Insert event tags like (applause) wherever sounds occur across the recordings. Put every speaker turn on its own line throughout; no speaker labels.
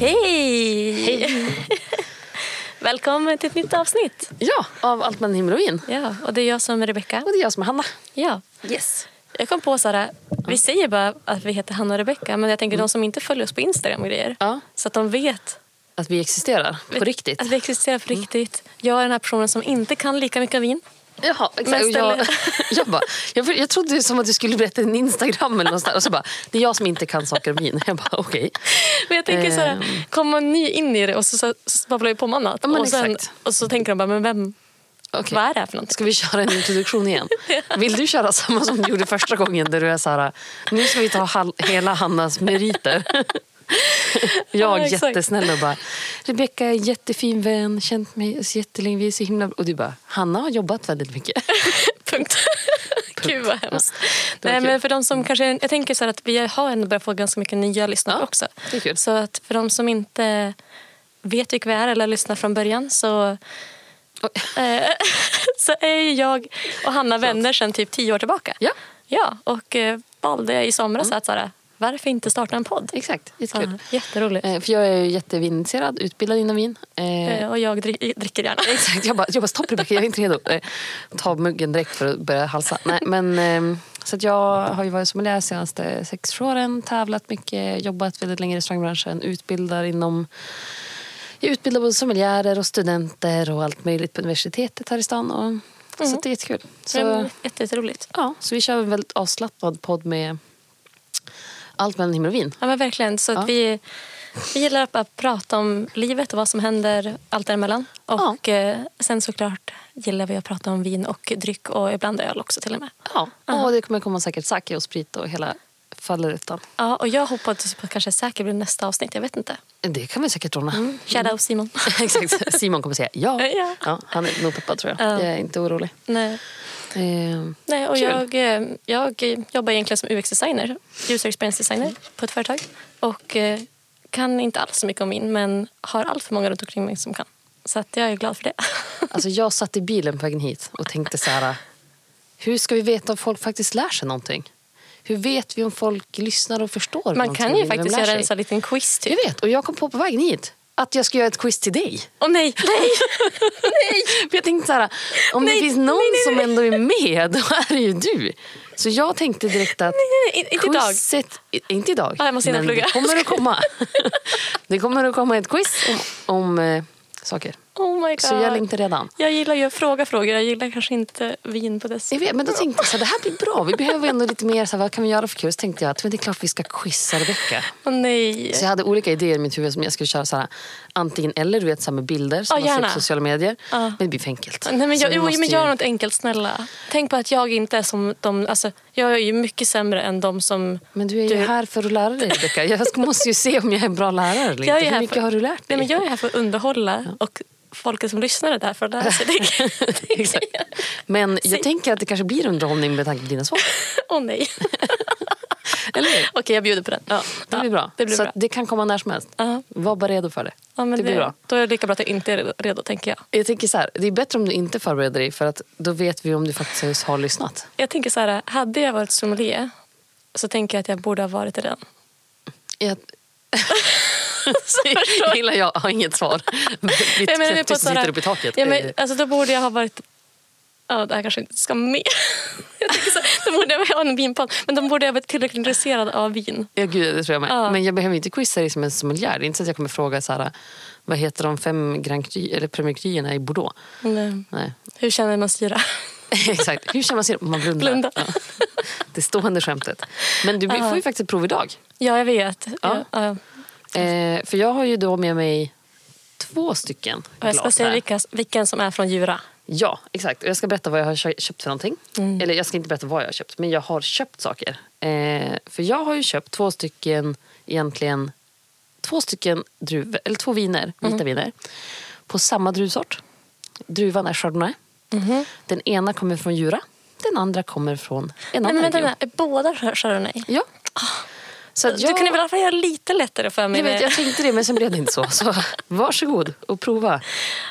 Hej! (laughs) Välkommen till ett nytt avsnitt.
Ja, av Allt mellan himmel och vin.
Ja, och det är jag som är Rebecka.
Och det är jag som är Hanna.
Ja.
Yes.
Jag kom på Sara, vi säger bara att vi heter Hanna och Rebecka men jag tänker de som inte följer oss på Instagram och grejer
Ja.
så att de vet
Att vi existerar på riktigt.
att vi existerar på riktigt. Jag är den här personen som inte kan lika mycket vin.
Jaha,
Men
exakt. Och Jag,
ställ-
(laughs) jag, bara, jag, för- jag trodde som att du skulle berätta en Instagram eller något sånt där. Och så bara, det är jag som inte kan saker om vin. Jag bara, okej.
Men jag tänker så här, kommer man ny in i det och så, så, så babblar vi på om annat.
Ja, men
och, sen,
exakt.
och så tänker de bara, men vem,
Okej.
vad är det här för någonting?
Ska vi köra en introduktion (laughs) igen? Vill du köra samma som du gjorde första gången där du är så här, nu ska vi ta hal- hela Hannas (laughs) meriter.
Ja,
Jag
exakt.
jättesnäll och bara, Rebecka är en jättefin vän, känt mig så jättelänge, vi är så himla Och du bara, Hanna har jobbat väldigt mycket.
Punkt. (laughs) Gud vad hemskt.
det var
Nej,
kul.
men för de som kanske, jag tänker så här att vi har ändå börjat få ganska mycket nya lyssnare
Ja,
också.
det är kul.
Så att för de som inte vet vilka vi är eller lyssnar från början så, (laughs) eh, så är ju jag och Hanna vänner sedan typ tio år tillbaka.
Ja.
ja och eh, valde i somras att så här, varför inte starta en podd?
Exakt,
Så,
jättekul.
jätteroligt.
Eh, För jag är ju jättevinintresserad, utbildad inom vin. Eh,
Eh, Och jag dri- dricker gärna.
Exakt, jag bara, jag bara stopp Rebecka, jag är inte redo. Eh, Ta muggen direkt för att börja halsa. Nej, men, ehm, så att jag har ju varit sommelier de senaste sex sju åren, tävlat mycket, jobbat väldigt länge i restaurangbranschen, utbildar inom jag utbildar både sommelierer och studenter och allt möjligt på universitetet här i stan. Och, Så att det är jättekul. (laughs) Så,
Nej, men jätte- Jätteroligt.
ja, så vi kör en väldigt avslappnad podd med allt mellan himmel och vin.
Ja, men verkligen. Så att
Ja.
vi, vi gillar att bara prata om livet och vad som händer allt däremellan. Och eh, sen såklart gillar vi att prata om vin och dryck och ibland öl också till och med.
Ja, och det kommer komma säkert sake och sprit och hela fallerutan.
Ja, och jag hoppades på att kanske säkert blir nästa avsnitt, jag vet inte.
Det kan vi säkert ordna.
Shoutout Simon.
(laughs)
(laughs)
Exakt. Simon kommer säga Mm. ja.
Ja.
han är nog peppad tror jag.
Ja.
Jag är inte orolig.
Nej.
Ehm,
Nej, och
Kul.
jag, eh, jag eh, jobbar egentligen som UX-designer, user experience designer på ett företag. Och eh, kan inte alls så mycket om vin, men har allt för många runt omkring mig som kan. Så att jag är glad för det. (laughs)
Alltså, jag satt i bilen på vägen hit och tänkte så här. Hur ska vi veta om folk faktiskt lär sig någonting? Hur vet vi om folk lyssnar och förstår?
Man
någonting
kan ju
när de
faktiskt
lär
göra
sig?
en sån liten quiz typ.
Jag vet, och jag kom på på vägen hit att jag ska göra ett quiz till dig.
Åh nej, nej!
(laughs) För jag tänkte så här, om
Nej,
det finns någon som ändå är med, (laughs) då är det ju du. Så jag tänkte direkt att
nej, nej, inte idag.
quizet, idag. Inte idag,
Ja, jag måste hinna
men
plugga.
det kommer
(laughs)
att komma. (laughs) det kommer att komma ett quiz om, om eh, saker.
(laughs) Oh my god.
Så jag längtar redan.
Jag gillar ju att fråga frågor, jag gillar kanske inte vin på det
Jag
sättet.
vet, men då tänkte jag så här, det här blir bra. Vi behöver ändå lite mer, så här, vad kan vi göra för kul? Så tänkte jag att men det är klart vi ska quizza Rebecka.
Åh nej.
Så jag hade olika idéer i mitt huvud som jag skulle köra så här, antingen eller, du vet så här med bilder som
Ja,
man ser på
gärna.
sociala medier.
Ja.
Men det blir för enkelt.
Nej, men
Så
jag,
vi
jo,
måste
men
ju-
gör något enkelt snälla. Tänk på att jag inte är som de, alltså, jag är ju mycket sämre än de som...
Men du är ju här för att lära dig Rebecka. Jag ska- måste ju se om jag är en bra lärare eller
Jag är här
inte. Hur mycket
för-
har du lärt
Nej, men
dig?
jag är här för att underhålla och folket som lyssnar är där för att lära sig.
(laughs)
Det-
Exakt. Men jag tänker att det kanske blir underhållning med tanke på dina svar.
Åh nej.
(laughs) Eller hur?
Okej, jag bjuder på den. Ja,
Det blir bra.
Det blir
så
bra.
Att det kan komma när som helst.
Ja.
Var bara redo för det.
Ja, men
det blir bra.
Då är det lika bra att jag inte är redo, redo, tänker jag.
Jag tänker så här, det är bättre om du inte förbereder dig för att då vet vi om du faktiskt har lyssnat.
Jag tänker så här, hade jag varit sommelier så tänker jag att jag borde ha varit det redan.
(laughs) Jag, jag gillar jag har
(laughs)
inget svar. Vi
Jag menar, vi
kräftor
på
som
sådana-
sitter uppe i taket.
Ja,
Eh,
men, alltså, då borde jag ha varit... Ja, det här kanske inte ska med. (laughs) Jag tänker så, här, då borde jag ha en vinpodd. Men de borde jag ha varit tillräckligt intresserad av vin.
Ja, gud, det tror jag med.
Ja.
Men jag behöver inte quizza dig som en sommelier. Det är inte så att jag kommer fråga så här, vad heter de fem Grand Cru, eller Premier Cruerna i Bordeaux?
Men, eh,
Nej. (laughs)
hur känner man syra? (laughs)
Exakt. Hur känner man sig om man blundar?
Blunda.
Ja. (laughs) Det stående skämtet. Men du får ju faktiskt ett prov idag.
Ja, jag vet.
Ja.
Ja. Ja,
Eh, för jag har ju då med mig två stycken
Och jag ska
glas
säga
här.
vilka, vilken som är från Djura.
Ja, exakt. Och jag ska berätta vad jag har kö- köpt för någonting.
Mm.
Eller jag ska inte berätta vad jag har köpt, men jag har köpt saker. Eh, för jag har ju köpt två stycken, egentligen, två stycken druvor, eller två viner,
Mm.
vita viner, på samma druvsort. Druvan är chardonnay.
Mm-hmm.
Den ena kommer från Jura, den andra kommer från en
Nej,
annan
men vänta,
region.
är båda chardonnay?
Ja. Så att
Du
jag-
kunde väl i alla fall göra lite lättare för mig.
Jag, vet,
med-
jag tänkte det, men sen blev det inte så. så varsågod och prova.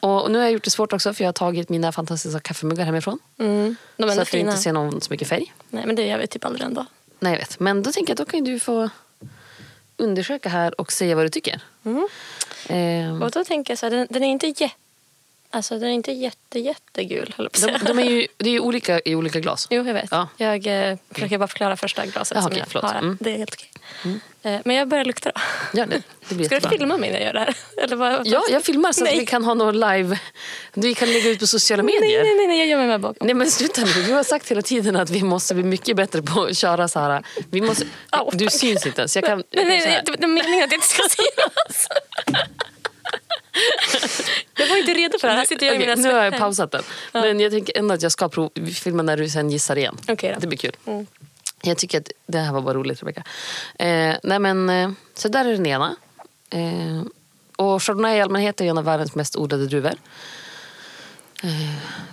Och, och nu har jag gjort det svårt också, för jag har tagit mina fantastiska kaffemuggar hemifrån.
Mm, de
så
är
att vi
fina.
inte ser någon så mycket färg.
Nej, men det gör vi typ aldrig ändå.
Nej, jag vet. Men då tänker jag att då kan ju du få undersöka här och säga vad du tycker.
Mm.
Ehm,
Och då tänker jag så här, den, den är inte jätte... Alltså den är inte jätte, jättegul, höll jag på att
de,
säga.
de är ju, det är ju olika i olika glas.
(laughs) Jo, jag vet.
Ja. Mm.
Jag eh, försöker bara förklara första glaset
Jaha,
som
okej,
jag
förlåt.
har. här.
Mm.
Det är helt okej. Eh, men jag börjar lukta då.
Gör det. det
(laughs)
blir
Ska du
jättebra.
filma mig när jag gör det här? (laughs) Eller vad?
Ja, jag filmar så att
Nej.
vi kan ha något live. Vi kan lägga ut på sociala medier.
Nej, nej, nej, nej, jag gör mig med bakom.
Nej men sluta nu. Du har sagt hela tiden att vi måste bli mycket bättre på att köra så här. Vi måste,
Au,
du
tack.
syns inte ens. Jag kan,
Men nej,
så
nej,
här.
det var meningen att jag inte
(laughs)
ska synas. jag var inte redo för det här. Här sitter jag i
Okej,
mina
nu har jag
svettar.
pausat den. Men jag tänker ändå att jag ska prov, filma när du sen gissar igen.
Okej då. Mm.
Det blir kul. Jag tycker att det här var bara roligt Rebecka. Eh, nej men, eh, så där är den ena. Eh, och Chardonnay i allmänhet är ju en av världens mest odlade druvor.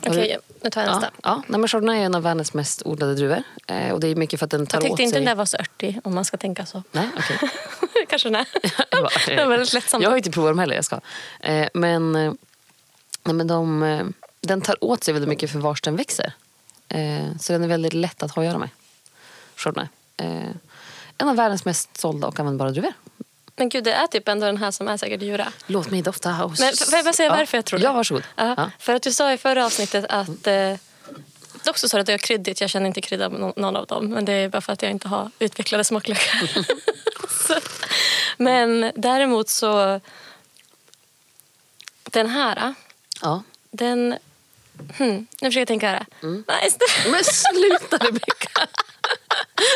Okej, nu tar jag
Ja,
nästa.
ja. Nej, men Chardonnay är en av världens mest odlade druvor. Eh, och det är mycket för att den tar
Jag
åt
tyckte inte
sig...
den där var så örtig, om man ska tänka så.
Nej, okej.
(laughs) Kanske den
(laughs)
här.
Jag bara,
Det var väldigt lättsamt.
Jag har inte provat dem heller, jag ska. Eh, Men, eh, nej, men de, eh, den tar åt sig väldigt mycket för vars den växer. Eh, Så den är väldigt lätt att ha att göra med. Chardonnay. Eh, En av världens mest sålda och användbara druvor.
Men gud, det är typ ändå den här som är säkert Jura.
Låt mig dofta. och-
Men f- får jag bara säga
Ja.
varför jag tror det?
Ja, varsågod.
Ja,
Ja.
För att du sa i förra avsnittet att... Eh, dock så sa du att jag har kryddigt. Jag känner inte krydda av nå- någon av dem. Men det är bara för att jag inte har utvecklade smaklökar.
(laughs)
(laughs) så, men däremot så... Den här,
Ja.
den... Hmm, nu försöker jag tänka här.
Mm.
Nej, st-
Men sluta Rebecka! (laughs)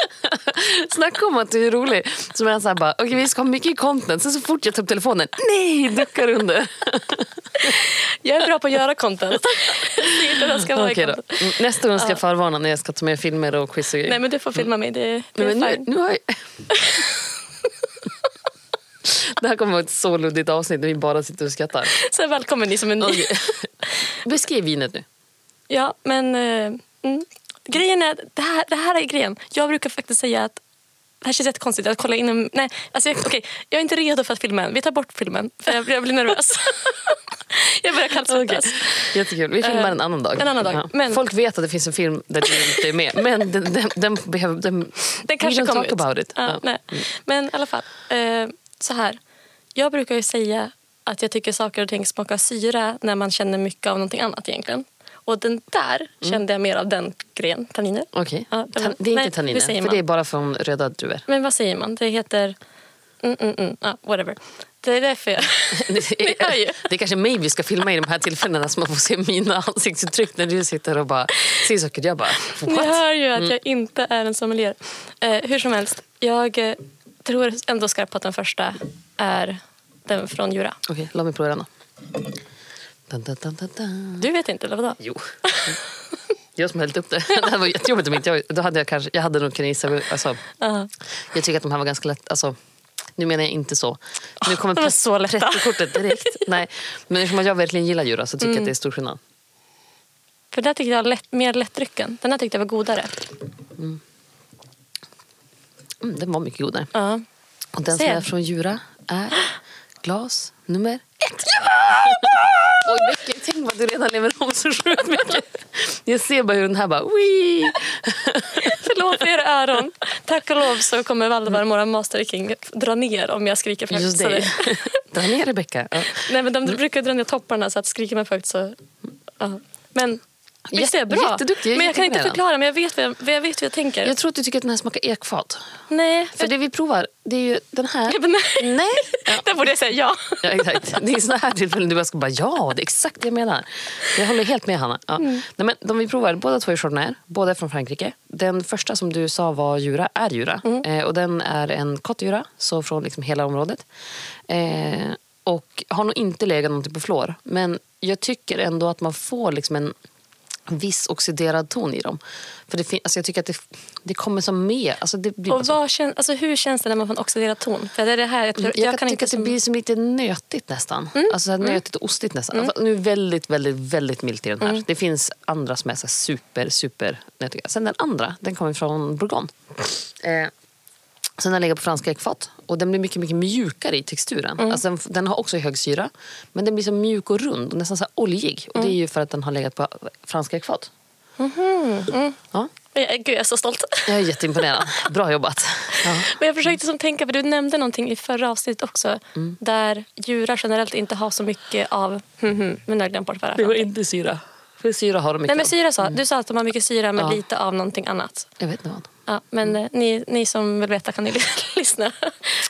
Snacka om att du är rolig. Som är så här bara, okej vi ska ha mycket content. Sen så fort jag tar upp telefonen, nej, duckar under.
jag är bra på att göra
(laughs)
content. Det är inte det jag ska vara i
Okej då.
content.
Mm, Nästa gång ska jag förvarna när jag ska ta med filmer och quiz och grejer.
Nej, men du får filma mig. Det, det är
Nej, men
fine.
nu, nu har jag... (laughs) Det här kommer vara ett så luddigt avsnitt när vi bara sitter och skrattar.
Så välkommen ni som är ny.
Okej. Beskriv vinet nu.
Ja, men eh, mm. grejen är, det här, det här är grejen. Jag brukar faktiskt säga att det här känns jättekonstigt. Jag kollar in en, nej, alltså jag, okej, jag är inte redo för att filma än. Vi tar bort filmen, för jag, jag blir
(laughs)
nervös. jag börjar kallsvettas.
Jättekul. Vi filmar
Eh,
en annan dag.
en annan dag. Men-
Folk vet att det finns en film där du inte är med. Men den, den, den behöver... Den,
Den kanske
we don't
kommer
talk
ut.
about it.
Ja,
Ja. Mm.
nej. Men i alla fall, eh, så här. Jag brukar ju säga att jag tycker saker och ting smakar syra när man känner mycket av någonting annat egentligen. Och den där
Mm.
kände jag mer av den grejen, tanniner.
Okej.
Ja, det var-
Tan- det är
nej,
inte tanniner,
hur säger
för
man?
det är bara från röda druvor.
Men vad säger man? Det heter... Mm, mm, mm. Ja, whatever. Det är därför
(laughs)
jag... (laughs) Ni hör ju.
Det är kanske mig vi ska filma i de här tillfällena så man får se mina ansiktsuttryck när du sitter och bara säger saker. Jag bara,
Ni
what? Mm.
hör ju att jag inte är en sommelier. Eh, hur som helst, jag eh, tror ändå skarpt på att den första är den från Jura.
Okej, låt mig prova den då. Dun, dun, dun, dun, dun.
Du vet inte, eller vadå?
Jo. Jag som hällt upp det. Det här var jättejobbigt om inte jag... Då hade jag, kanske, jag hade nog kunnat gissa. Alltså,
Ja.
jag tycker att de här var ganska lätt. Alltså, nu menar jag inte så. Nu kommer
de var så lätta.
prettokortet direkt. Nej, men eftersom att jag verkligen gillar djur så tycker jag att det är stor skillnad.
För där tyckte jag lätt, mer lättdrycken. Den här tyckte jag var godare.
Mm, den var mycket godare.
Ja.
Och den
Ser.
som är från Djura är glas nummer ett. Ja! Oj, Becky, tänk vad du redan lever om så sjukt mycket. Jag ser bara hur den här bara... Wii!
Förlåt era öron. Tack och lov så kommer Valdemar, vår master king, dra ner om jag skriker för högt.
(laughs) Just
Så
det. Dra ner Rebecka. Ja.
(laughs) Nej, men de brukar dra ner topparna så att skriker man för högt så... Ja. Men visst är jag bra?
jätteduktig, jag är
men jag kan inte
jätteimponerad.
förklara, men jag vet vad jag, jag, vet vad jag tänker.
Jag tror att du tycker att den här smakar ekfat.
Nej,
För det vi provar, det är ju den här.
jag, (laughs) nej.
Nej.
(laughs) Där borde jag säga ja.
Ja, exakt. Det är såna här tillfällen du bara ska bara ja, det är exakt det jag menar. Jag håller helt med Hanna. Ja. Nej, men de vi provar, båda två är chardonnay, båda är från Frankrike. Den första som du sa var jura, är jura. Eh, och den är en Côte jura, så från liksom hela området. Eh, och har nog inte legat någonting på flår. Men jag tycker ändå att man får liksom en viss oxiderad ton i dem. För det fin- alltså jag tycker att det, det kommer som med. Alltså det blir bara
Och
så.
vad kän, alltså, hur känns det när man får en oxiderad ton? För det är det här, jag, tror,
Jag,
Mm, jag,
kan
kan inte...
tycka att det
som- Mm.
blir som lite nötigt nästan. Alltså så här nötigt och ostigt nästan. Alltså, nu är väldigt, väldigt, väldigt milt i den här.
Mm.
Det finns andra som är så här super, super nötiga. Sen den andra, den kommer från Bourgogne. Eh, Sen har den legat på franska ekfat och den blir mycket, mycket mjukare i texturen.
Mm.
Alltså den, den har också hög syra, men den blir så mjuk och rund och nästan så här oljig. Och
Mm.
det är ju för att den har legat på franska ekfat.
Mhm, mm.
Ja,
Jag, gud, jag är så stolt.
jag är jätteimponerad. Bra jobbat. Ja.
Men jag försökte som tänka, för du nämnde någonting i förra avsnittet också
Mm.
där djurar generellt inte har så mycket av... men nu har jag glömt bort vad (laughs) det är.
inte syra. För syra har de
Nej,
mycket
men
av.
syra sa, Du sa att de har mycket syra men
Mm. Ja. Mm.
lite av någonting annat.
Jag vet inte vad.
Ja, men eh, ni, ni som vill veta kan ni (laughs) lyssna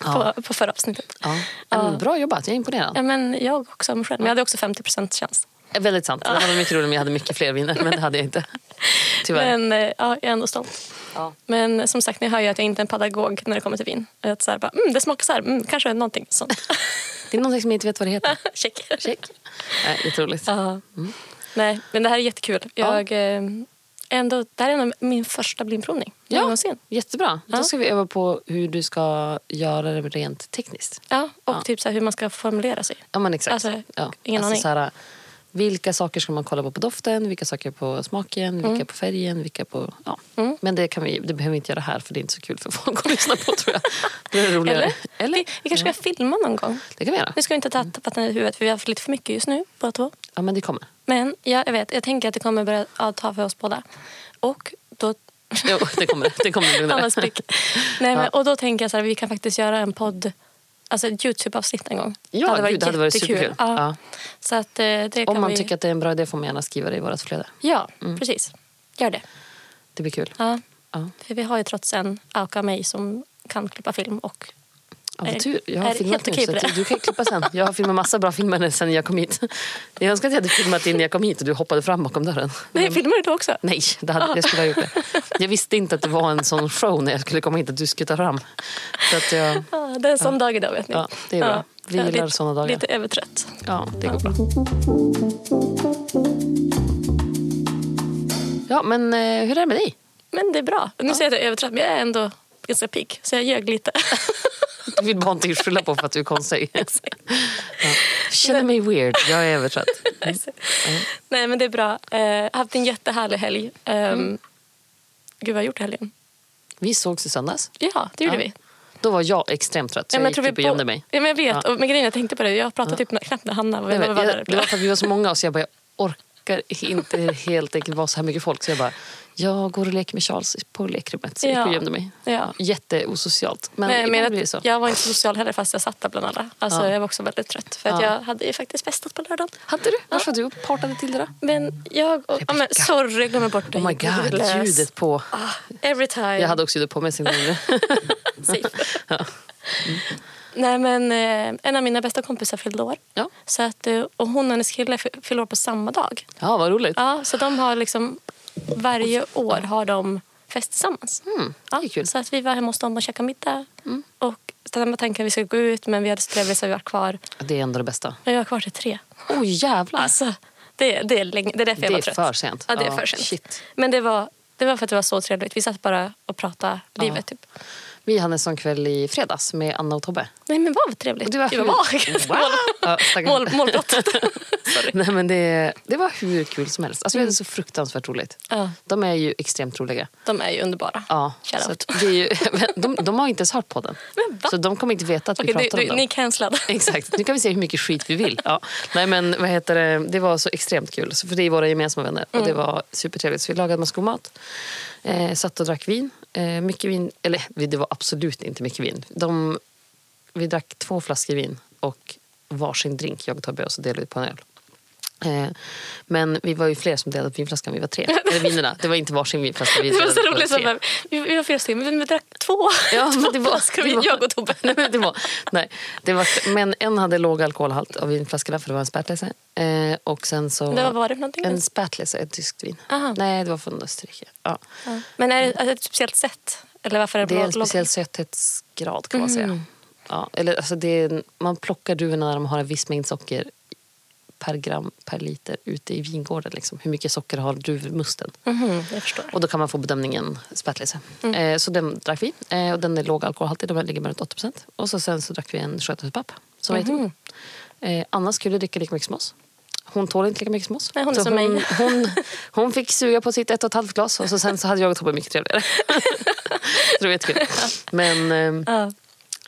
Ja.
på, på förra avsnittet.
Ja. Ja. men Bra jobbat, jag är imponerad. Eh,
Ja, men jag också, mig själv. Men jag hade också 50 chans.
Väldigt sant. Det hade mycket roligt om jag hade mycket fler viner, men det hade
(laughs)
jag inte. Tyvärr.
Men eh, ja, jag är ändå stolt.
Ja.
Men som sagt, ni hör ju att jag inte är en pedagog när det kommer till vin. Att så här, bara, mm, det smakar så här, mm, kanske någonting sånt. (laughs)
Det är någonting som jag inte vet vad det heter.
Check.
Check. Nej, jätteroligt.
Ja. Mm. Nej, men det här är jättekul. Jag, eh, ändå, det här är ändå min första blindprovning
Ja.
någonsin.
Jättebra. Då
Ja.
ska vi öva på hur du ska göra det rent tekniskt.
Ja, och
Ja.
typ så här, hur man ska formulera sig.
Ja, men exakt.
Alltså,
ja.
ingen aning.
Så här, vilka saker ska man kolla på på doften, vilka saker på smaken,
Mm.
vilka på färgen, vilka på... Ja. Men det, kan vi, det behöver vi inte göra här för det är inte så kul för folk att (laughs) lyssna på tror
(laughs)
jag. Det är roligare.
Eller?
(laughs) Eller? Mm.
Vi, vi kanske ska filma någon gång.
Det kan vi göra.
Nu ska vi inte ta- tappa den i huvudet för vi har haft lite för mycket just nu båda två.
Ja, men det kommer.
Men ja, jag vet, jag tänker att det kommer börja ja, ta för oss båda. Och
(laughs)
då...
Jo, det kommer. Det kommer bli lugnare.
Annars prick. Nej, men, och då tänker jag så här, vi kan faktiskt göra en podd, alltså ett Youtube-avsnitt en gång.
Ja, gud, det hade varit
jättekul.
superkul.
Ja.
Ja.
Så att, eh, det kan
Om man
vi...
tycker att det är en bra idé får man gärna skriva det i vårt flöde.
Ja, precis. Gör det.
Det blir kul.
Ja.
Ja.
För vi har ju trots en Auka och mig som kan klippa film och
Ja, vad
Är-
tur. Jag
är
har
det
filmat
helt
nu,
okej
så
för
att
det?
du kan klippa sen. Jag har filmat massa bra filmer sen jag kom hit. Jag önskar att jag hade filmat in när jag kom hit och du hoppade fram bakom dörren.
Nej, filmar du då också?
Nej, det hade, jag skulle ha gjort det. Jag visste inte att det var en sån show när jag skulle komma hit, att du skulle ta fram. Så att jag,
Ja, det är en sån dag idag vet ni.
Ja, det är bra. Vi
Jag är
gillar
lite-
såna dagar.
Lite övertrött.
ja, det går bra. Ja, men eh, hur är det med dig?
Men det är bra. Nu säger jag att jag är övertrött men jag är ändå ganska pigg så jag ljög lite.
Du vill bara inte skylla på för att du
(laughs)
är konstig. Ja. Jag Känner mig weird. Jag
(laughs)
är övertrött. Mm.
Nej men det är bra. Eh, Jag har haft en jättehärlig helg. Um, Gud vad har jag gjort i helgen?
Vi sågs i söndags.
Ja, det gjorde
Ja.
vi.
Då var jag extremt trött, så
Ja,
jag,
men
gick
vi
typ och
bo-
gömde mig.
Ja, men jag vet.
Ja.
Och, men grejen, jag tänkte på det. Jag pratade typ knappt med Hanna.
Nej,
Vad
men,
vad var
jag, det var
det?
för att vi var så många och så jag bara, jag orkar inte helt enkelt vara så här mycket folk. Så jag bara, jag går och leker med Charles på lekrummet. Så jag gick och
Ja.
gömde mig.
Ja.
Jätteosocialt. Men,
Nej,
ibland
men
blir det
att
så.
Jag var inte social heller fast jag satt där bland alla. Alltså,
Ja.
Jag var också väldigt trött för att
Ja.
jag hade ju faktiskt festat på lördagen.
Hade du? Varför var du och partade till det då?
Men jag... Och, ja, men,
Rebecca.
sorry, jag glömmer bort dig.
Oh my
Jag blir
god,
lös.
ljudet på.
Ah, every time.
Jag hade också ljudet på
(laughs)
mig sen nu. (laughs)
Safe. (laughs) Nej, men, eh, en av mina bästa kompisar fyllde år.
Ja.
Så att, eh, och hon och hennes kille fy- fyller år på samma dag.
ja, vad roligt.
Ja, så de har liksom... Varje år har de fest tillsammans.
Mm, det är
Ja,
kul.
så att vi var hemma hos dem och käkade middag.
Mm.
Och den här tanken att vi skulle gå ut men vi hade så trevligt så vi var kvar.
Det är ändå det bästa.
Men vi var kvar till tre.
Oj oh, jävlar.
Alltså, det, det, är länge, det är därför jag
Det
var
är
trött.
för sent.
Ja, det är
Ja,
för sent.
shit.
Men det var, det var för att det var så trevligt. Vi satt bara och pratade livet. Typ.
Vi hade en sån kväll i fredags med Anna och Tobbe.
Nej men vad trevligt.
Och det var
Gud, vad
sjukt.
vag.
(laughs) Ja,
(laughs)
stackars-
Mål,
(laughs)
målbrottet. Sorry.
Nej, men det, det var hur kul som helst. Alltså, Vi hade så fruktansvärt roligt.
Ja.
De är ju extremt roliga.
De är ju underbara.
Ja,
Shout
så
out.
att det är ju, (laughs) de, de har inte ens hört podden.
(laughs) Men va?
Så de kommer inte veta att vi
Okej,
pratar
du,
om
du,
dem.
ni är cancellade.
(laughs)
(laughs)
Exakt, nu kan vi se hur mycket skit vi vill. Ja. Nej, men vad heter det? det var så extremt kul, Så för det är våra gemensamma vänner. Och
Mm.
det var supertrevligt. Så vi lagade massa god mat, eh, satt och drack vin. Eh, mycket vin, eller vi- det var absolut inte mycket vin. De, vi drack två flaskor vin och varsin drink. Jag och Tobbe och så delade vi på en öl. Eh, Men vi var ju fler som delade på vinflaskan, vi
(laughs)
var tre. Eller vinerna, det var inte varsin vinflaska. Vi
Det var
delade
så
på
roligt.
tre.
Så bara, vi, vi var fyra stycken men vi drack två.
Ja,
två
men det var-
flaskor,
det var-
Jag och Tobbe.
Nej, men det var, nej, det var, men en hade låg alkoholhalt av vinflaskorna för det var en spärtlese. Eh, och sen så...
Det var, vad var det för någonting?
En spärtlese, ett tyskt vin.
Aha.
Nej, det var från Österrike. Ja.
Ja. Men är det alltså, ett speciellt sätt? Eller varför är det,
Det är
blå-
en
blå-
speciell söthetsgrad kan man
Mm.
säga. Ja, eller, alltså det är, en- man plockar druvorna när de har en viss mängd socker per gram per liter ute i vingården. Liksom. Hur mycket socker har druvmusten?
Mhm, jag förstår.
Och då kan man få bedömningen spärtlese.
Mm.
Eh, så den drack vi. Eh, och den är låg alkoholhaltig, den ligger runt 8
Mhm.
Och så sen så drack vi en skötespapp som var jättegod. Eh, Anna skulle dricka lika mycket som oss. Hon tål inte lika mycket som oss.
Nej, hon är
så
som
hon,
mig.
hon, hon fick suga på sitt ett och ett halvt glas och så sen så hade jag och Tobbe mycket trevligare. (laughs) så det var jättekul. Men ehm,
Ja.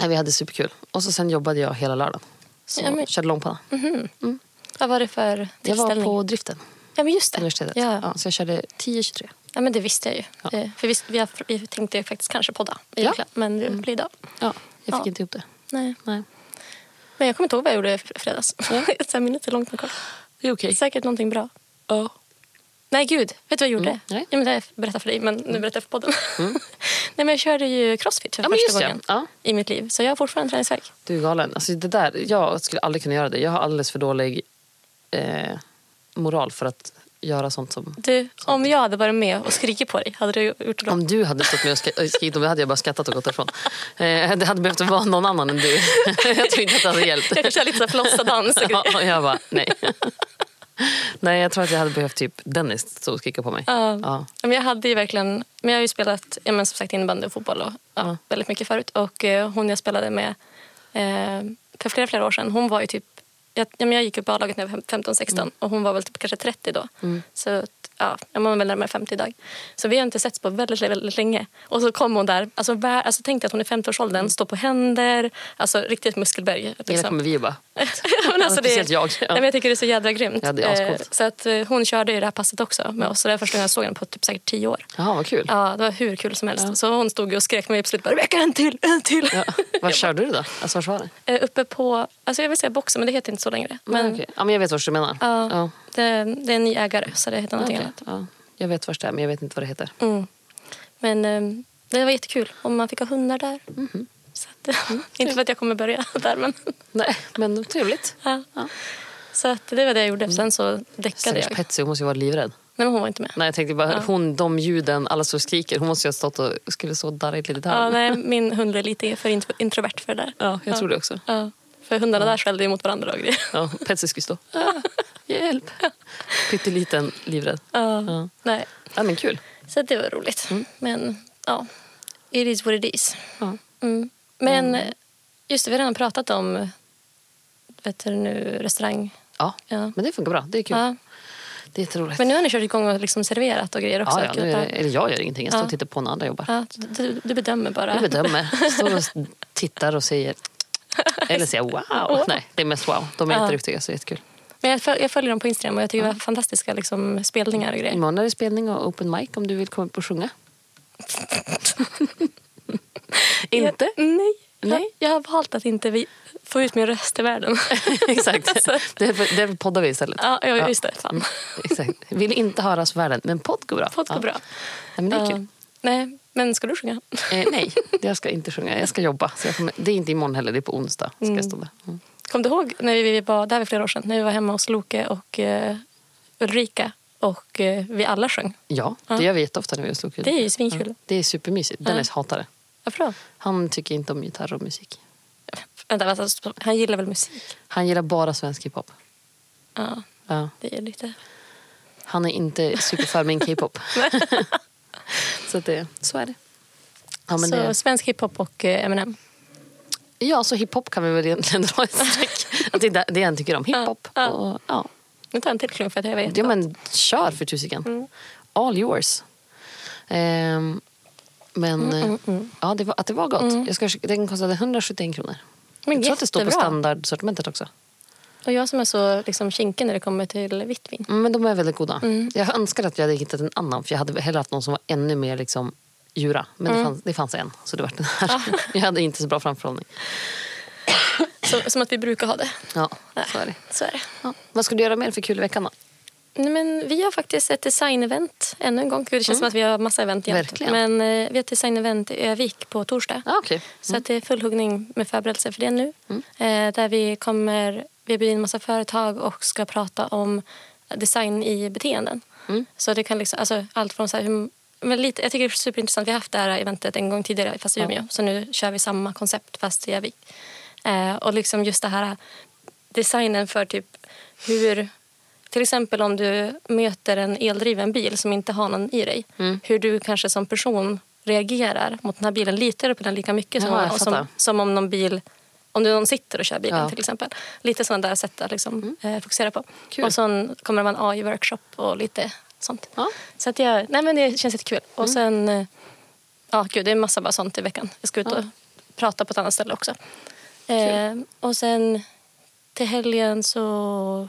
nej, vi hade superkul. Och så sen jobbade jag hela lördagen. Så
Ja, men- Mm,
körde långpanna.
Vad var det för
Jag var
tillställning?
på driften,
Ja, men just det.
universitetet.
Ja.
Ja, så jag körde 10-23.
Ja, men det visste jag ju. Det, för vi, vi, har, vi tänkte ju faktiskt kanske podda, egentligen, men
Mm.
det blir idag.
Ja, jag fick
Ja.
inte ihop det.
Nej.
Nej.
Men jag kommer inte ihåg vad jag gjorde i fr- fredags. (laughs) Ja. Minnet är långt kvar.
Det är okej.
Säkert någonting bra.
Ja.
Nej, gud. Vet du vad jag gjorde?
Mm, nej. Mm.
Ja, men det har jag berättat för dig, men nu berättar jag för podden. (laughs) nej, men jag körde ju crossfit för
Ja, men just
första
det.
gången
Ja.
i mitt liv. Så jag har fortfarande träningsvärk.
Du är galen. Alltså det där, jag skulle aldrig kunna göra det. Jag har alldeles för dålig eh, moral för att göra sånt som...
Du, om jag hade varit med och skrikit på dig, hade du gjort det då?
Om du hade stått med och sk- äh, skrikit om det hade jag bara skrattat och gått därifrån. Eh, det hade behövt vara någon annan än du. (laughs) jag tror inte att det hade hjälpt.
(laughs) Jag kan köra lite så här flossadans
(laughs)
och grejer.
Ja, jag bara, nej. nej, jag tror att jag hade behövt typ Dennis stå och skrika på mig.
Ja.
Ja.
Ja, Men jag hade ju verkligen, men jag har ju spelat ja, men som sagt innebandy och fotboll och, ja,
Ja.
väldigt mycket förut. Och eh, hon jag spelade med eh, för flera, flera år sedan, hon var ju typ, jag, ja, men jag gick upp på A-laget när jag var 15-16
Mm.
och hon var väl typ kanske 30 då. Så att, ja, jag var väl närmare 50 idag. Så vi har inte setts på väldigt, väldigt länge. Och så kom hon där, alltså, vär, alltså tänk dig att hon är 50-årsåldern,
Mm.
står på händer, alltså riktigt muskelberg. liksom.
Eller kommer vi och bara...
(laughs) men alltså det,
Speciellt jag.
Nej, men jag tycker det är så jädra grymt.
Ja, det är ascoolt.
Eh, så att eh, hon körde ju det här passet också med oss. Så det var första gången jag såg henne på typ säkert tio år.
Jaha, vad kul.
Ja, det var hur kul som helst. Så hon stod ju och skrek med absolut bara Rebecka en till, en till. (laughs)
Ja. Var körde du då? Alltså, vart var det?
Eh, uppe på, alltså jag vill säga boxen men det heter inte så längre. Men
Men, ja, men jag vet vad du menar.
ja,
Ja.
Det, det är en ny ägare så det heter någonting
Okej.
annat.
Ja. Jag vet vart det är, men jag vet inte vad det heter.
Mm. Men eh, det var jättekul och man fick ha hundar där.
Mhm.
Så att, (laughs)
Mm.
inte för att jag kommer börja (laughs) där men.
Nej, men trevligt.
Ja.
Ja. Mm.
Så att det var det jag gjorde. Sen så däckade
Stackars
jag. Nej
Patsy, hon måste ju vara livrädd.
men hon var inte med.
Nej, jag tänkte bara, hon, de ljuden, alla som skriker. Hon måste ju ha stått och skulle så darrigt litet
Ja,
här.
nej, min hund är lite för intro- introvert för det där.
Ja, jag tror det också.
Ja, för hundarna där skällde ju mot varandra och grejer.
Ja, Patsy skulle stå. Ah, hjälp! Pytteliten livrädd.
Ja.
Ja. Mm.
Nej.
Ja, men kul.
Så det var roligt. Men ja, it is what it is.
Ja.
Mm. Men just det, vi har redan pratat om vet du, nu, restaurang.
Ja.
Ja.
men det funkar bra. Det är kul.
Ja.
Det är jätteroligt.
Men nu har ni kört igång och liksom serverat och grejer också.
ja, ja, nu är det, eller jag gör ingenting. Jag står
Ja.
och tittar på när andra jobbar.
Ja, du, du bedömer bara.
Jag bedömer. Står och tittar och säger... Eller säger wow. Nej, det är mest wow. De är
Ja.
jätteduktiga, så det är jättekul.
Men jag, föl- jag följer dem på Instagram och jag tycker det var fantastiska liksom, spelningar och grejer.
Imorgon är det spelning och open mic om du vill komma upp och sjunga. Inte?
Jag, nej. Nej, jag har valt att inte vi- få ut min röst i världen.
(laughs) Exakt.
(laughs) Så-
Därför, därför poddar vi istället. Mm,
Ja, ja, just det. Fan.
Exakt. Vill inte höras för världen, men podd går bra.
Fått gå
Ja.
bra.
Nej, men det är
Ja.
kul.
Nej, men ska du sjunga?
Eh, nej, jag ska inte sjunga. Jag ska jobba. Så jag kommer, det är inte imorgon heller, det är på onsdag. Ska jag stå där. Mm.
Kom du ihåg när vi var, det här var flera år sedan, när vi var hemma hos Loke och eh, Ulrika och eh, vi alla sjöng?
Ja,
Ja.
det gör vi jätteofta när vi slår
Det är ju svinkul.
Det är supermysigt. Dennis hatar det.
Varför då?
Han tycker inte om gitarr och musik.
Vänta, vänta, stopp. han gillar väl musik?
Han gillar bara svensk hiphop.
Ja,
Ja.
det är lite...
Han är inte superför
(laughs)
min K-pop. (laughs) så, att det, så är det. Ja, men
så
det
svensk hiphop och eh, Eminem.
Ja, så hiphop kan vi väl egentligen dra
(laughs)
ett streck. Att det är det- det han tycker om. Hiphop.
Ja, ja.
Och, ja.
Nu tar jag en till klunk för att jag vet.
ja, men kör för tusiken. All yours. Ehm, men eh, Ja, det var, att det var gott. Jag ska, den kostade 171 kronor.
Men
jag tror att det står på
jättebra.
standardsortimentet också.
Och jag som är så liksom, kinkig när det kommer till vitt vin.
Mm, Men de är väldigt goda. Jag önskar att jag hade hittat en annan. För jag hade hellre haft någon som var ännu mer liksom, djura. Men det, fanns, det fanns en, så det var den här. (laughs) jag hade inte så bra framförhållning.
Så, som att vi brukar ha det.
Ja,
Nej,
så är det.
Så är det.
Ja. Vad ska du göra mer för kul i veckan då?
Nej, men vi har faktiskt ett designevent ännu en gång. Gud, Det känns som att vi har massa event jämt.
Verkligen.
Men eh, vi har ett designevent i Övik på torsdag.
Ah, okay.
Så att det är fullhuggning med förberedelser för det nu. Eh, där vi kommer, vi blir en massa företag och ska prata om design i beteenden. Så det kan liksom, alltså allt från så här, hur, men lite, jag tycker det är superintressant. Vi har haft det här eventet en gång tidigare fast i Umeå. Så nu kör vi samma koncept fast i Övik. Eh, och liksom just det här designen för typ hur till exempel om du möter en eldriven bil som inte har någon i dig.
Mm.
Hur du kanske som person reagerar mot den här bilen. Litar du på den lika mycket som,
Jaha,
om,
jag
som,
fattar.
som om någon bil Om du någon sitter och kör bilen
Ja. Mm.
till exempel. Lite sådana där sätt att liksom, eh, fokusera på.
Kul.
Och sen kommer det vara en AI-workshop och lite sånt.
Ja.
Så att jag, nej men det känns jättekul. Och
Mm.
sen, eh, ja gud det är massa bara sånt i veckan. Jag ska ut och prata på ett annat ställe också. Eh, och sen till helgen så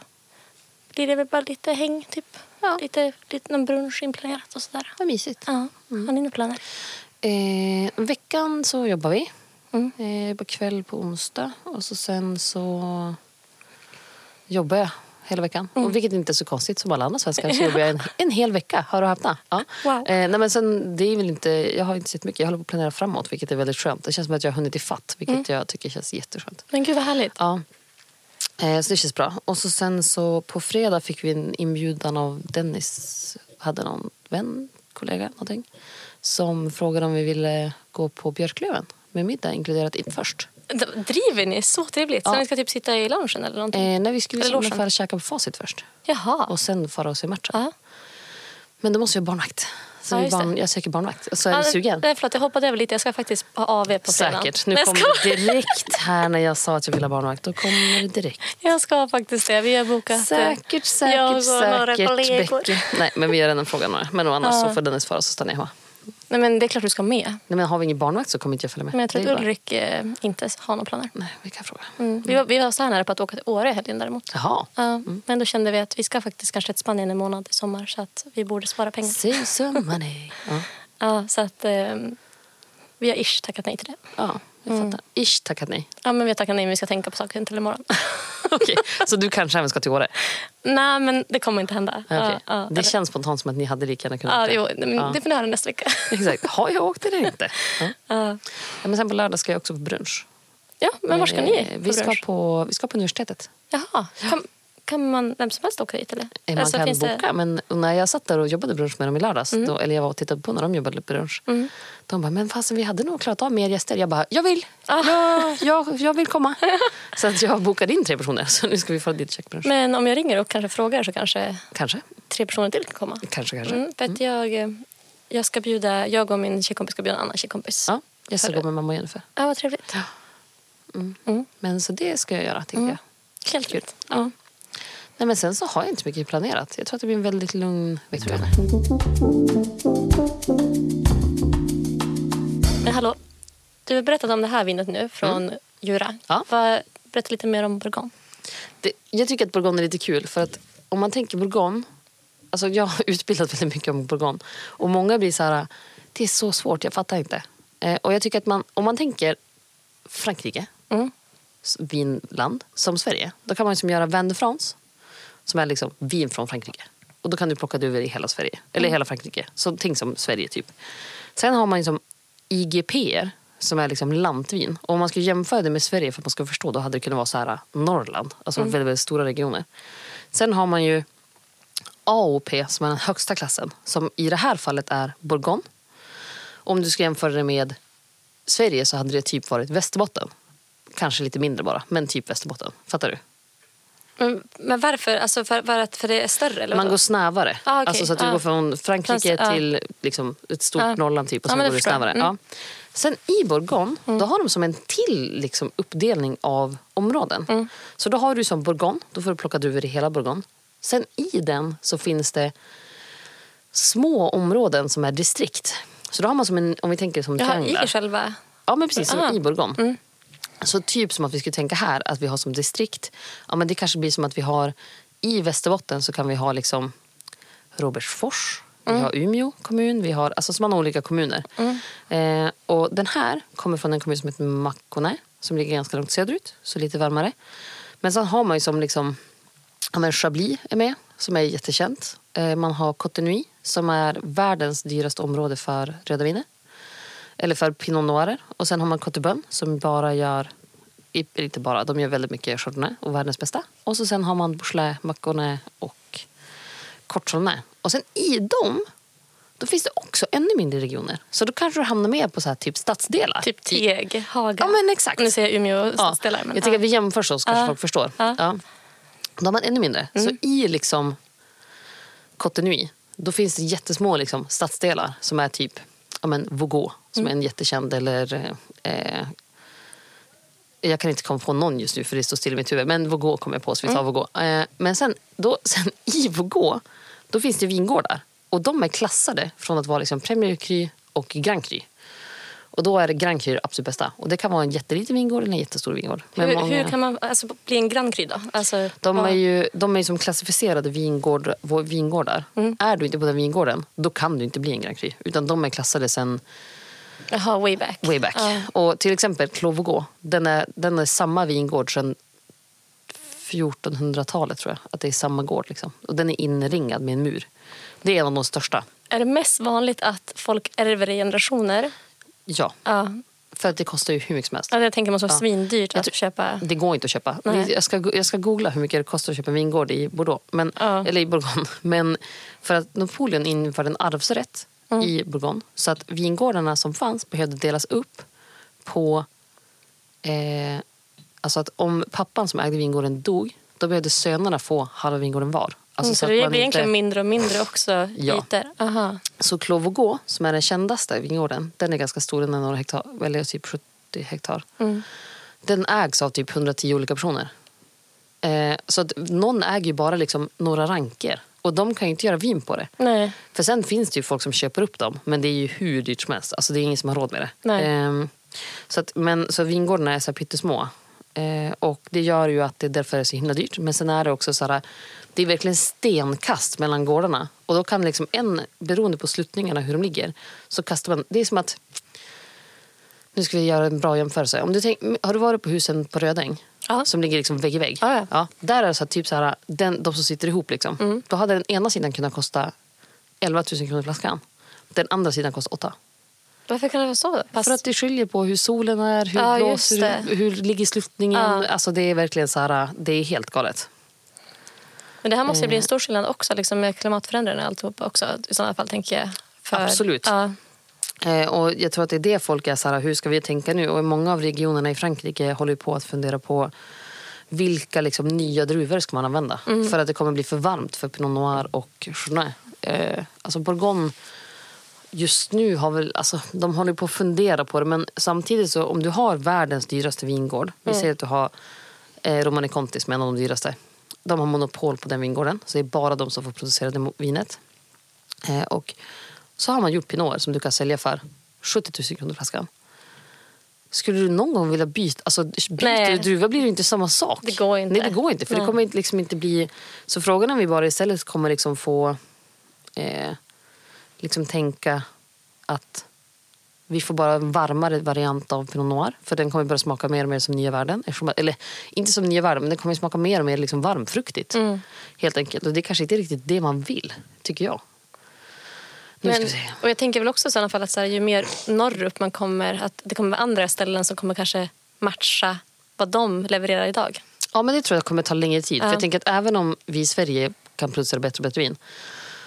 blir det väl bara lite häng typ.
Ja.
Lite, lite någon brunch inplanerat och sådär.
Vad mysigt.
Ja,
Mm.
har ni några planer?
Eh, veckan så jobbar vi.
Mm.
Eh, på kväll på onsdag. Och så sen så jobbar jag hela veckan. Och vilket inte är så konstigt som alla andra svenskar. Så jobbar jag en, en hel vecka. Hör och häpna. Ja.
Wow.
Eh, nej, men sen, det är väl inte, jag har inte sett mycket. Jag håller på att planera framåt vilket är väldigt skönt. Det känns som att jag har hunnit ifatt vilket jag tycker känns jätteskönt.
Men gud vad härligt.
Ja. Eh, Så det känns bra. Och så sen så på fredag fick vi en inbjudan av Dennis. Hade någon vän, kollega, någonting. Som frågade om vi ville gå på Björklöven med middag inkluderat in först.
D- Driver ni? Så trevligt. Så
Ja.
ni ska typ sitta i loungen eller någonting?
Eh, när vi skulle
Eller
i
logen.
alla fall käka på Facit först.
Jaha.
Och sen fara och se matchen.
ja.
Men då måste jag ha barnvakt. Så
Ja,
vi
just det.
barn, jag söker barnvakt. Och så är vi
Ja,
sugen.
Nej, förlåt, jag hoppade över lite. Jag ska faktiskt ha AV på fredagen.
Säkert. Nu
Nej, jag
kommer
skojar.
det direkt här när jag sa att jag ville ha barnvakt. Då kommer det direkt.
Jag ska faktiskt det. Vi har bokat. eh,
Säkert,
jag
säkert,
och några
säkert.
kollegor.
Bäcke. Nej, men vi har redan frågat några. Men annars
Ja.
så får Dennis fara så stannar jag hemma.
Nej, men det är klart du ska med.
Nej, men har vi ingen barnvakt så kommer inte jag följa med.
Men jag tror
Det är
att
bara-
Ulrik eh, inte har några planer.
Nej, vi kan fråga.
Mm. Vi, var, vi var så här nära på att åka till Åre i helgen däremot.
Jaha.
Ja, Men då kände vi att vi ska faktiskt kanske till Spanien en månad i sommar så att vi borde spara pengar.
Save some money. Ja,
Ja, så att eh, vi har ish tackat nej till det.
ja jag
Mm.
fattar. Ish tackat nej.
Ja, men vi har tackat nej men vi ska tänka på saken till imorgon. (laughs)
Okej, så du kanske även ska till Åre?
nej, men det kommer inte hända.
Ja,
Ja,
okej.
ja,
det känns spontant som att ni hade lika gärna kunnat
ja,
åka.
jo, men
Ja.
Det får ni höra nästa
(laughs)
vecka.
Exakt. Har jag åkt eller inte? Ja.
Ja.
Ja, men sen på lördag ska jag också på brunch.
Ja, men var ska
Eh,
ni på
Vi ska
brunch?
på, vi ska på universitetet.
Jaha. Kan, kan man vem som helst åka dit? Eller?
Eh, Man
Alltså,
kan
finns
boka,
det- Mm.
men när jag satt där och jobbade brunch med dem i lördags, då, eller jag var och tittade på när de jobbade brunch, de bara, men fasen vi hade nog klarat av mer gäster. Jag bara, jag vill!
Ah.
Jag, jag, jag
(laughs)
vill komma! så att jag bokade in tre personer, så nu ska vi få dit och käka brunch.
Men om jag ringer och kanske frågar så kanske
Kanske,
tre personer till kan komma.
kanske, kanske.
Mm, för att jag, eh, jag, ska bjuda, jag och min tjejkompis ska bjuda en annan tjejkompis.
Ja, jag ska
Hörru.
gå med Mm. mamma och Jennifer.
Ja, vad trevligt. Mm.
Men så det ska jag göra, tänker jag.
Helt rätt. Ja.
Nej, men sen så har jag inte mycket planerat. Jag tror att det blir en väldigt lugn vecka.
Men hallå, du har berättat om det här vinet nu från Jura.
Mm. Ja.
Vad- berätta lite mer om Bourgogne.
det, jag tycker att Bourgogne är lite kul för att om man tänker Bourgogne, alltså jag har (laughs) utbildat väldigt mycket om Bourgogne och många blir så här, det är så svårt, jag fattar inte. Eh, och jag tycker att man, om man tänker Frankrike,
Mm.
s- vinland, som Sverige, då kan man liksom göra vin de France, som är liksom vin från Frankrike. Och då kan du plocka det över i hela Sverige, eller hela Frankrike. Så tänk som Sverige typ. Sen har man liksom IGP som är liksom lantvin. Och om man ska jämföra det med Sverige för att man ska förstå då hade det kunnat vara så här äh, Norrland, alltså väldigt, väldigt stora regioner. Sen har man ju AOP som är den högsta klassen som i det här fallet är Bourgogne. Om du ska jämföra det med Sverige så hade det typ varit Västerbotten. Kanske lite mindre bara, men typ Västerbotten. Fattar du?
Men, men varför? Alltså för, för, att, för det är större? Eller
Man
vadå?
går snävare.
Ah, okej.
Alltså så att du
Ah.
går från Frankrike
Fast, ah.
till liksom, ett stort
Ah.
Norrland typ
Ja,
och sen
men det
går du
förstår jag.
snävare.
Mm.
Ja. Sen i Bourgogne, då har de som en till liksom, uppdelning av områden.
Mm.
Så då har du som Bourgogne, då får du plocka druvor i hela Bourgogne. Sen i den så finns det små områden som är distrikt. Så då har man som en, om vi tänker som
Jaha,
trianglar.
i själva...
Ja, men precis. Som
Ah.
i Bourgogne. Så typ som att vi skulle tänka här, att vi har som distrikt. Ja, men det kanske blir som att vi har i Västerbotten så kan vi ha liksom Robertsfors, vi har Umeå kommun, vi har alltså så man har olika kommuner. Eh, och den här kommer från en kommun som heter Makone som ligger ganska långt söderut, så lite varmare. Men sen har man ju som liksom Ja, men Chablis är med, som är jättekänt. Eh, Man har Cotenui, som är världens dyraste område för röda viner. Eller för pinot noirer. Och sen har man Cotebön som bara gör, i- inte bara, de gör väldigt mycket chardonnay och världens bästa. Och så sen har man Beaujolais, Maconnais och Cortronay. Och sen i dem, då finns det också ännu mindre regioner. Så då kanske du hamnar med på så här typ stadsdelar.
Typ Teg, Haga.
Ja men exakt.
Nu säger jag Umeå
Ja,
stadsdelar. men-
jag tycker
ja.
att vi jämför så, så kanske
Ja.
folk förstår.
Ja. Mm.
Ja. Då har man ännu mindre. Så i liksom Cotenui, då finns det jättesmå liksom, stadsdelar som är
Mm.
typ ja, men, Vogå, som är en jättekänd, eller eh, Jag kan inte komma på någon just nu för det står still i mitt huvud. Men Vågå kommer jag på så vi tar
Mm.
Vågå. Eh, Men sen, då, (laughs) sen i Vågå, då finns det vingårdar. Och de är klassade från att vara liksom Premier Cru och Grand Cru. Och då är Grand Cru det absolut bästa. Och det kan vara en jätteliten vingård eller en jättestor vingård. Men
Hur,
många-
hur kan man alltså, bli en Grand Cru då? Alltså,
de
vad-
är ju, de är ju som klassificerade vingård, vår- vingårdar. Är du inte på den vingården, då kan du inte bli en Grand Cru. Utan de är klassade sen
Jaha, way back.
way back.
Ja.
Och till exempel Klovogå, den är, den är samma vingård sedan 1400-talet tror jag. Att det är samma gård liksom. Och den är inringad med en mur. Det är en av de största.
Är det mest vanligt att folk ärver i generationer?
Ja,
Ja,
för att det kostar ju hur mycket som helst.
Ja, jag tänker man måste vara
Ja.
svindyrt
Jag
att
tror- Mm.
köpa.
Det går inte att köpa.
Nej.
Vi- Jag ska, go- jag ska googla hur mycket det kostar att köpa en vingård i Bordeaux. Men,
Ja.
Eller i Bourgogne. (laughs) Men för att Napoleon införde en arvsrätt
Mm.
i Bourgogne. Så att vingårdarna som fanns behövde delas upp på... Eh, alltså att om pappan som ägde vingården dog, då behövde sönerna få halva vingården var. Alltså
Mm, så
så,
det
att
blir
man
egentligen
inte,
mindre och mindre också.
Ja.
Ytor. Aha.
så Clos som är den kändaste vingården, den är ganska stor, den är några hektar, eller typ 70 hektar. Den ägs av typ 110 olika personer. Eh, så att någon äger ju bara liksom några ranker. Och de kan ju inte göra vin på det.
Nej.
För sen finns det ju folk som köper upp dem. Men det är ju hur dyrt som helst. Alltså det är ingen som har råd med det.
Nej.
Ehm, så, att, men, så vingårdarna är så här pyttesmå. Eh, och det gör ju att det därför är så himla dyrt. Men sen är det också så här, det är verkligen stenkast mellan gårdarna. Och då kan liksom en, beroende på slutningarna hur de ligger, så kastar man, det är som att nu ska vi göra en bra jämförelse. Om du tänk, har du varit på husen på Rödäng?
Ja.
Som ligger liksom vägg i vägg.
Ah, Ja, Mm. ja.
där är det så att typ så här, den, de som sitter ihop. Liksom. Då hade den ena sidan kunnat kosta 11 000 kronor flaskan. Den andra sidan kostar 8.
Varför kan det vara så? då? Fast,
För att det skiljer på hur solen är, hur
Ja,
blåser,
just det.
hur, hur ligger slutningen.
Ja.
Alltså det är verkligen så här, det är helt galet.
Men det här måste ju
Eh.
bli en stor skillnad också liksom med klimatförändringarna och alltihopa också. I sådana fall tänker jag. För,
Absolut.
Ja.
Eh, och jag tror att det är det folk är så här, hur ska vi tänka nu? Och många av regionerna i Frankrike håller ju på att fundera på vilka liksom, nya druvor ska man använda?
Mm.
För att det kommer bli för varmt för Pinot Noir och Chardonnay. Eh, alltså Bourgogne just nu har väl, alltså, de håller på att fundera på det. Men samtidigt så om du har världens dyraste vingård.
Mm.
Vi säger att du har eh, Romani Conti som är en av de dyraste. De har monopol på den vingården. Så det är bara de som får producera det mo- vinet. Eh, och så har man gjort pinoter som du kan sälja för 70 000 kronor flaskan. Skulle du någon gång vilja byta? Alltså, byter
Nej.
du druva blir det inte samma sak.
Det går inte.
Nej, det går inte. För
Nej.
det kommer inte- liksom inte bli... Så frågan är om vi bara istället kommer liksom få eh, liksom tänka att vi får bara en varmare variant av Pinot Noir. För den kommer börja smaka mer och mer som nya världen. Eftersom, eller inte som nya världen, men den kommer smaka mer och mer liksom varmfruktigt. Helt enkelt. Och det kanske inte är riktigt det man vill, tycker jag. Nu ska
Men,
vi se.
och jag tänker väl också i sådana fall att så här, ju mer norrut man kommer att det kommer vara andra ställen som kommer kanske matcha vad de levererar idag.
Ja, men det tror jag kommer ta längre tid. För
Ja.
jag tänker att även om vi i Sverige kan producera bättre och bättre vin.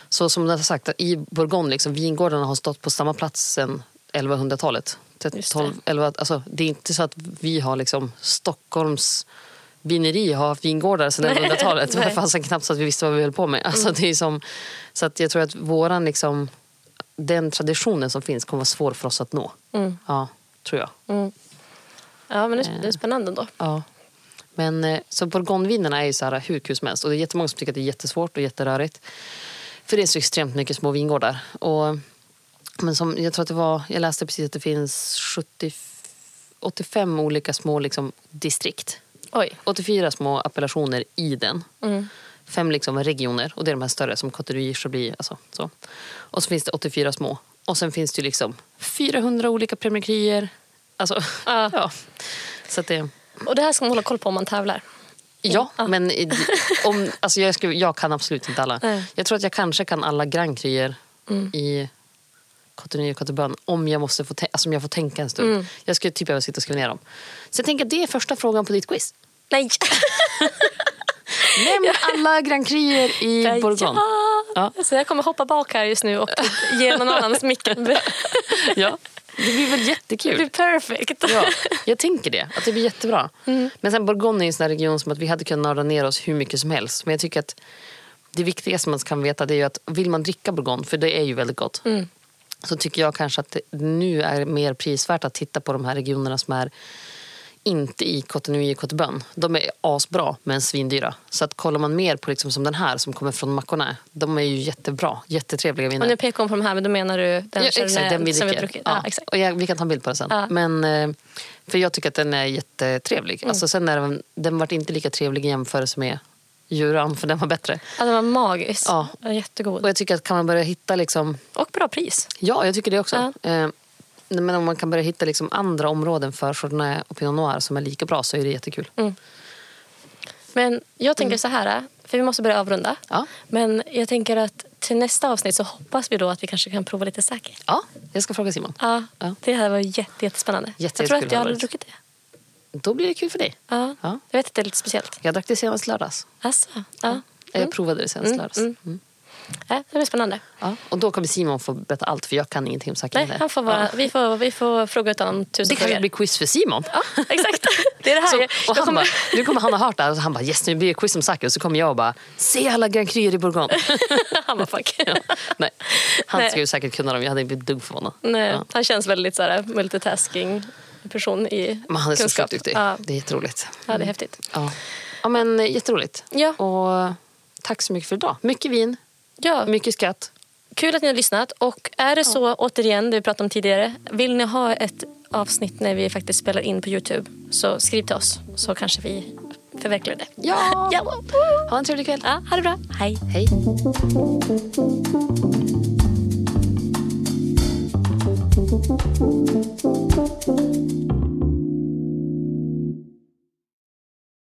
Så som du har sagt, i Bourgogne, liksom, vingårdarna har stått på samma plats sedan 1100-talet.
Just det.
12, 11, alltså, det är inte så att vi har liksom Stockholms vineri har haft vingårdar sedan 1100-talet.
(laughs) Nej. Mm.
Det fanns knappt så att vi visste vad vi höll på med. Alltså, det är som, så att jag tror att våran, liksom, den traditionen som finns kommer vara svår för oss att nå.
Mm.
Ja, tror jag.
Ja, men det är, det är spännande ändå.
Ja. Men, eh, så bourgognevinerna är ju så här hur kul som helst. Och det är jättemånga som tycker att det är jättesvårt och jätterörigt. För det är så extremt mycket små vingårdar. Och, men som, jag tror att det var, jag läste precis att det finns 70, 85 olika små liksom, distrikt.
Oj.
84 små appellationer i den.
Mm.
Fem liksom regioner, och det är de här större som Coterie, Chablis. Alltså, så. Och så finns det 84 små. Och sen finns det ju liksom 400 olika Premier Cruer. Alltså,
Ja.
(laughs) ja. Så att det...
Och det här ska man hålla koll på om man tävlar.
Ja, men i- om, alltså jag, skulle, jag kan absolut inte alla.
Nej.
Jag tror att jag kanske kan alla Grand Cruer i Cotonou och Cotobön om, jag måste få tän- alltså om jag får tänka en stund. Jag skulle typ behöva sitta och skriva ner dem. Så jag tänker att det är första frågan på ditt quiz.
(laughs) Nej!
Nämn alla Grand
(laughs)
Cruer i Bourgogne.
Ja. Så jag kommer hoppa bak här just nu och ge någon annans (laughs) micken. Det
Ja. Det blir väl
blir
jättekul?
perfekt.
Ja, jag tänker det. Att det blir jättebra. Men sen Bourgogne är en sån här region som att vi hade kunnat nörda ner oss hur mycket som helst. Men jag tycker att det viktigaste man kan veta det är ju att vill man dricka Bourgogne, för det är ju väldigt gott. Så tycker jag kanske att det nu är mer prisvärt att titta på de här regionerna som är inte i Cote Nui och Cote Bön. De är asbra men svindyra. Så att kollar man mer på liksom som den här som kommer från Maconnais. De är ju jättebra, jättetrevliga
(laughs)
viner.
Och nu pekar hon på de här, men då menar du den
Ja, exakt,
Chardonnay
den vi
som vi har
dricker.
druckit?
ja.
Ja, exakt.
och jag, vi kan ta en bild på den sen.
Ja.
Men, eh, för jag tycker att den är jättetrevlig. Alltså, sen är den, den vart inte lika trevlig i jämförelse med Djuran, för den var bättre.
Ja, den var magisk.
Ja.
Den var jättegod.
Och jag tycker att kan man börja hitta liksom,
Och bra pris.
Ja, jag tycker det också. Eh, nej, men om man kan börja hitta liksom andra områden för Chardonnay och Pinot Noir som är lika bra så är det jättekul.
Men jag tänker så här, för vi måste börja avrunda.
Ja.
Men jag tänker att till nästa avsnitt så hoppas vi då att vi kanske kan prova lite säkert.
Ja, jag ska fråga Simon.
Ja,
Ja.
Det här var jätte, jättespännande.
Jätte-
jag tror att
jättekul
jag
har det
aldrig
varit.
druckit det.
Då blir det kul för dig.
Ja.
Ja.
Jag vet att det är lite speciellt.
Jag drack det senast lördags.
Alltså, ja.
Eh, Jag provade det senast lördags. Mm.
Ja, det blir spännande.
Ja. Och då kommer Simon få berätta allt för jag kan ingenting om
Nej,
Sakine.
han får vara, vi, får, vi får fråga ut honom
Det
tusen
kan
frågor.
bli quiz för Simon.
Ja, exakt. Det är det här.
(laughs) Så,
jag,
och han
jag kommer,
bara, nu kommer han ha hört det här och så han bara yes nu blir det quiz om Sake och så kommer jag och bara se alla Grand Cryer i Bourgogne.
(laughs) han bara fuck.
Nej, han
Nej.
ska ju säkert kunna dem. Jag hade inte blivit dugg förvånad.
Nej,
Ja.
Han känns väldigt så här, multitasking person i
Men han är så Mm.
kunskap.
sjukt duktig.
Ja.
Det är jätteroligt.
ja, det är häftigt.
Ja. ja men eh, jätteroligt.
Ja.
Och eh, tack så mycket för idag. Mycket vin,
Ja,
mycket skratt.
Kul att ni har lyssnat. Och är det så, återigen, det vi pratade om tidigare. Vill ni ha ett avsnitt när vi faktiskt spelar in på Youtube så skriv till oss så kanske vi förverkligar det.
Ja.
Ja,
Ha en trevlig kväll.
ja ha det bra. Hej.
Hej.